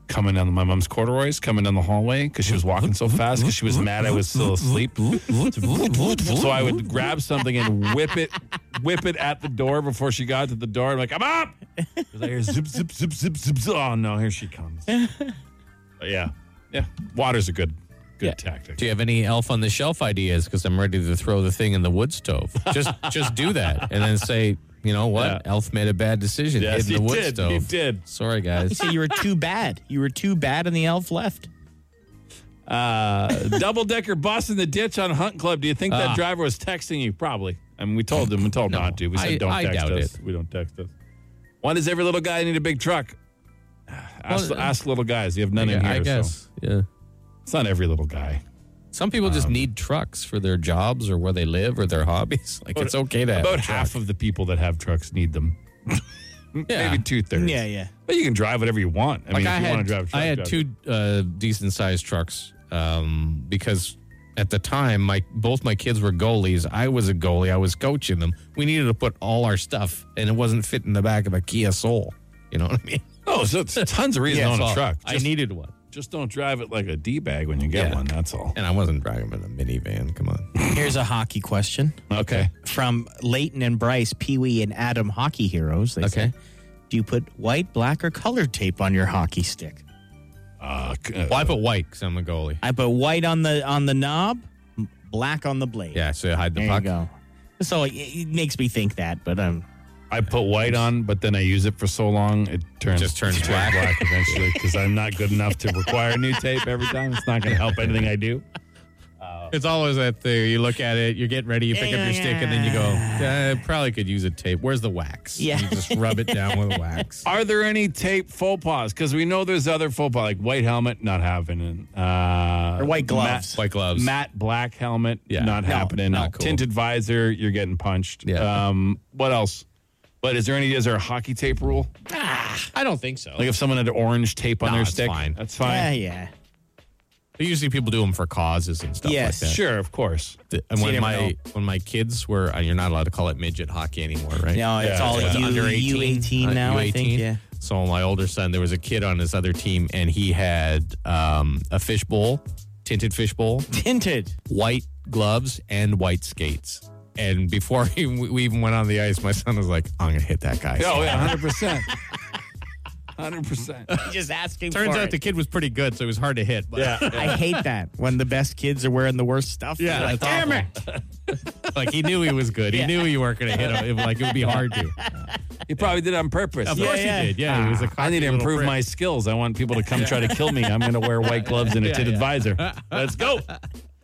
coming down my mom's corduroys coming down the hallway because she was walking so fast because she was mad I was still asleep. so I would grab something and whip it, whip it at the door before she got to the door. I'm like, I'm up. 'Cause I hear zip, zip, zip, zip, zip, zip. Oh no, here she *laughs* comes. But yeah, yeah. Water's a good, good Yeah. tactic. Do you have any elf on the shelf ideas? Because I'm ready to throw the thing in the wood *laughs* stove. Just just do that and then say, you know what? Yeah. Elf made a bad decision. Hid Yes, in he the wood did. stove. He did. Sorry, You guys. say you were too bad. You were too bad, and the elf left. Ah. double decker bus in the ditch on Hunt Club. Do you think that driver was texting you? Probably. I mean, we told them, we told them not to. We said, I- don't I text doubt us. We don't text us. Why does every little guy need a big truck? *sighs* Ask, ask little guys. You have none in Yeah, here. I guess. Yeah. It's not every little guy. Some people just Um, need trucks for their jobs or where they live or their hobbies. *laughs* Like About- it's okay to have About half of the people that have trucks need them. Maybe two thirds. Yeah, yeah. But you can drive whatever you want. I mean, if I you had, want to drive a truck, I had drive two uh, decent sized trucks um, because at the time, my both my kids were goalies. I was a goalie. I was coaching them. We needed to put all our stuff, and it wasn't fit in the back of a Kia Soul. You know what I mean? *laughs* Oh, so it's tons of reason Yeah, on so a truck. I needed one. Just don't drive it like a D bag when you get Yeah. one. That's all. And I wasn't driving in a minivan. *laughs* Come on. Here's a hockey question. Okay. From Leighton and Bryce, Pee Wee and Adam Hockey Heroes. They okay. Do you put white, black, or colored tape on your hockey stick? Uh, well, I put white because I'm a goalie. I put white on the on the knob, m- black on the blade. Yeah, so you hide the There you puck. go. So it, it makes me think that, but um, I put white on, but then I use it for so long, it turns Just turns it black. eventually because I'm not good enough to require new tape every time. It's not going to help anything I do. It's always that thing. You look at it, you're getting ready, you pick up your stick, and then you go, "Uh, probably could use a tape. Where's the wax? Yeah. You just rub it down with wax. Are there any tape faux pas? Because we know there's other faux pas, like white helmet, not happening. Uh, Or white gloves. Matte, white gloves. Matte black helmet, Yeah. not No, happening. not cool. Tinted visor, you're getting punched. Yeah. Um, what else? But is there any? Is there a hockey tape rule? I don't think so. Like if someone had orange tape on No, their it's stick, fine. that's fine. yeah. *laughs* But usually people do them for causes and stuff Yes. like that. Sure, of course. The- and So when you my never know. when my kids were, uh, you're not allowed to call it midget hockey anymore, right? No, it's all It's U- U18 uh, now, I think, yeah. So my older son, there was a kid on his other team, and he had um, a fishbowl, tinted fishbowl, tinted white gloves, and white skates. And before *laughs* he, we even went on the ice, my son was like, "I'm gonna hit that guy." Oh, *laughs* yeah, 100%. 100%. just asking. Turns for out it. *laughs* the kid was pretty good, so it was hard to hit. But I hate that when the best kids are wearing the worst stuff. Yeah, You're like, oh, that's damn it. *laughs* like he knew he was good. He Yeah. knew you weren't going to hit him. It, like it would be hard to. He probably did it on purpose. Of course he did. Yeah, he was a I need to cocky little improve prick. my skills. I want people to come try to kill me. I'm going to wear white gloves and a Yeah, tinted yeah. visor. Let's go.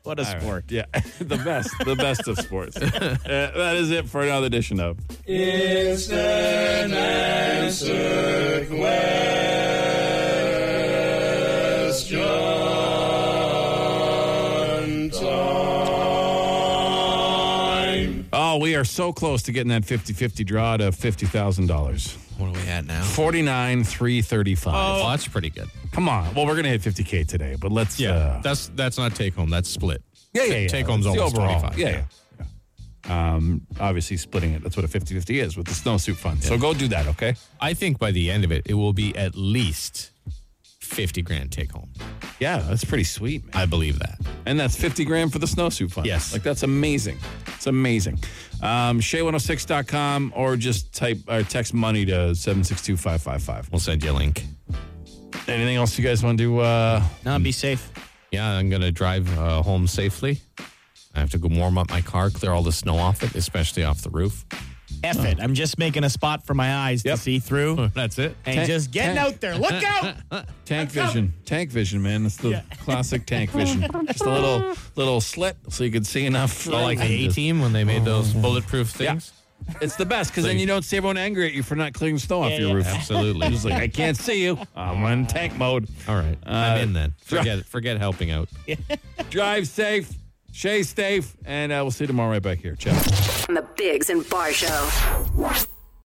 What a All right. sport. Yeah, *laughs* the best, the best of *laughs* sports. Uh, that is it for another edition of. It's an answer question time. Oh, we are so close to getting that 50 50 draw to $50,000. What are we at now? 49 335. Oh, that's pretty good. Come on. Well, we're going to hit 50K today, but let's. Yeah, uh, that's that's not take home. That's split. Yeah, yeah, yeah. Take home's It's the almost overall. twenty five. Yeah, yeah. yeah. Um, obviously splitting it. That's what a 50-50 is with the snowsuit fund. So go do that, okay? I think by the end of it, it will be at least fifty grand take home. Yeah, that's pretty sweet, man. I believe that. And that's 50 grand for the snowsuit fund. Yes. Like that's amazing. It's amazing. Um, Shay106.com or just type or text money to 762-555. We'll send you a link. Anything else you guys want to do? Uh, No, be safe. Yeah, I'm gonna drive uh, home safely. I have to go warm up my car, clear all the snow off it, especially off the roof. *laughs* F it. I'm just making a spot for my eyes to see through. That's it. And Tank- just getting tank. out there. Look out. tank vision. Tank vision, man. It's the classic tank vision. Just a little little slit so you could see enough. Oh. Oh, like the And A just- team when they made those bulletproof things. It's the best because then you don't see everyone angry at you for not clearing snow off Yeah, your yeah. roof. Absolutely. It's like I can't see you. I'm in tank mode. All right, Uh, I'm in then. dri- Forget forget helping out. Drive safe, Shay safe, and uh, we'll see you tomorrow right back here. Ciao. On the Bigs and Bar Show.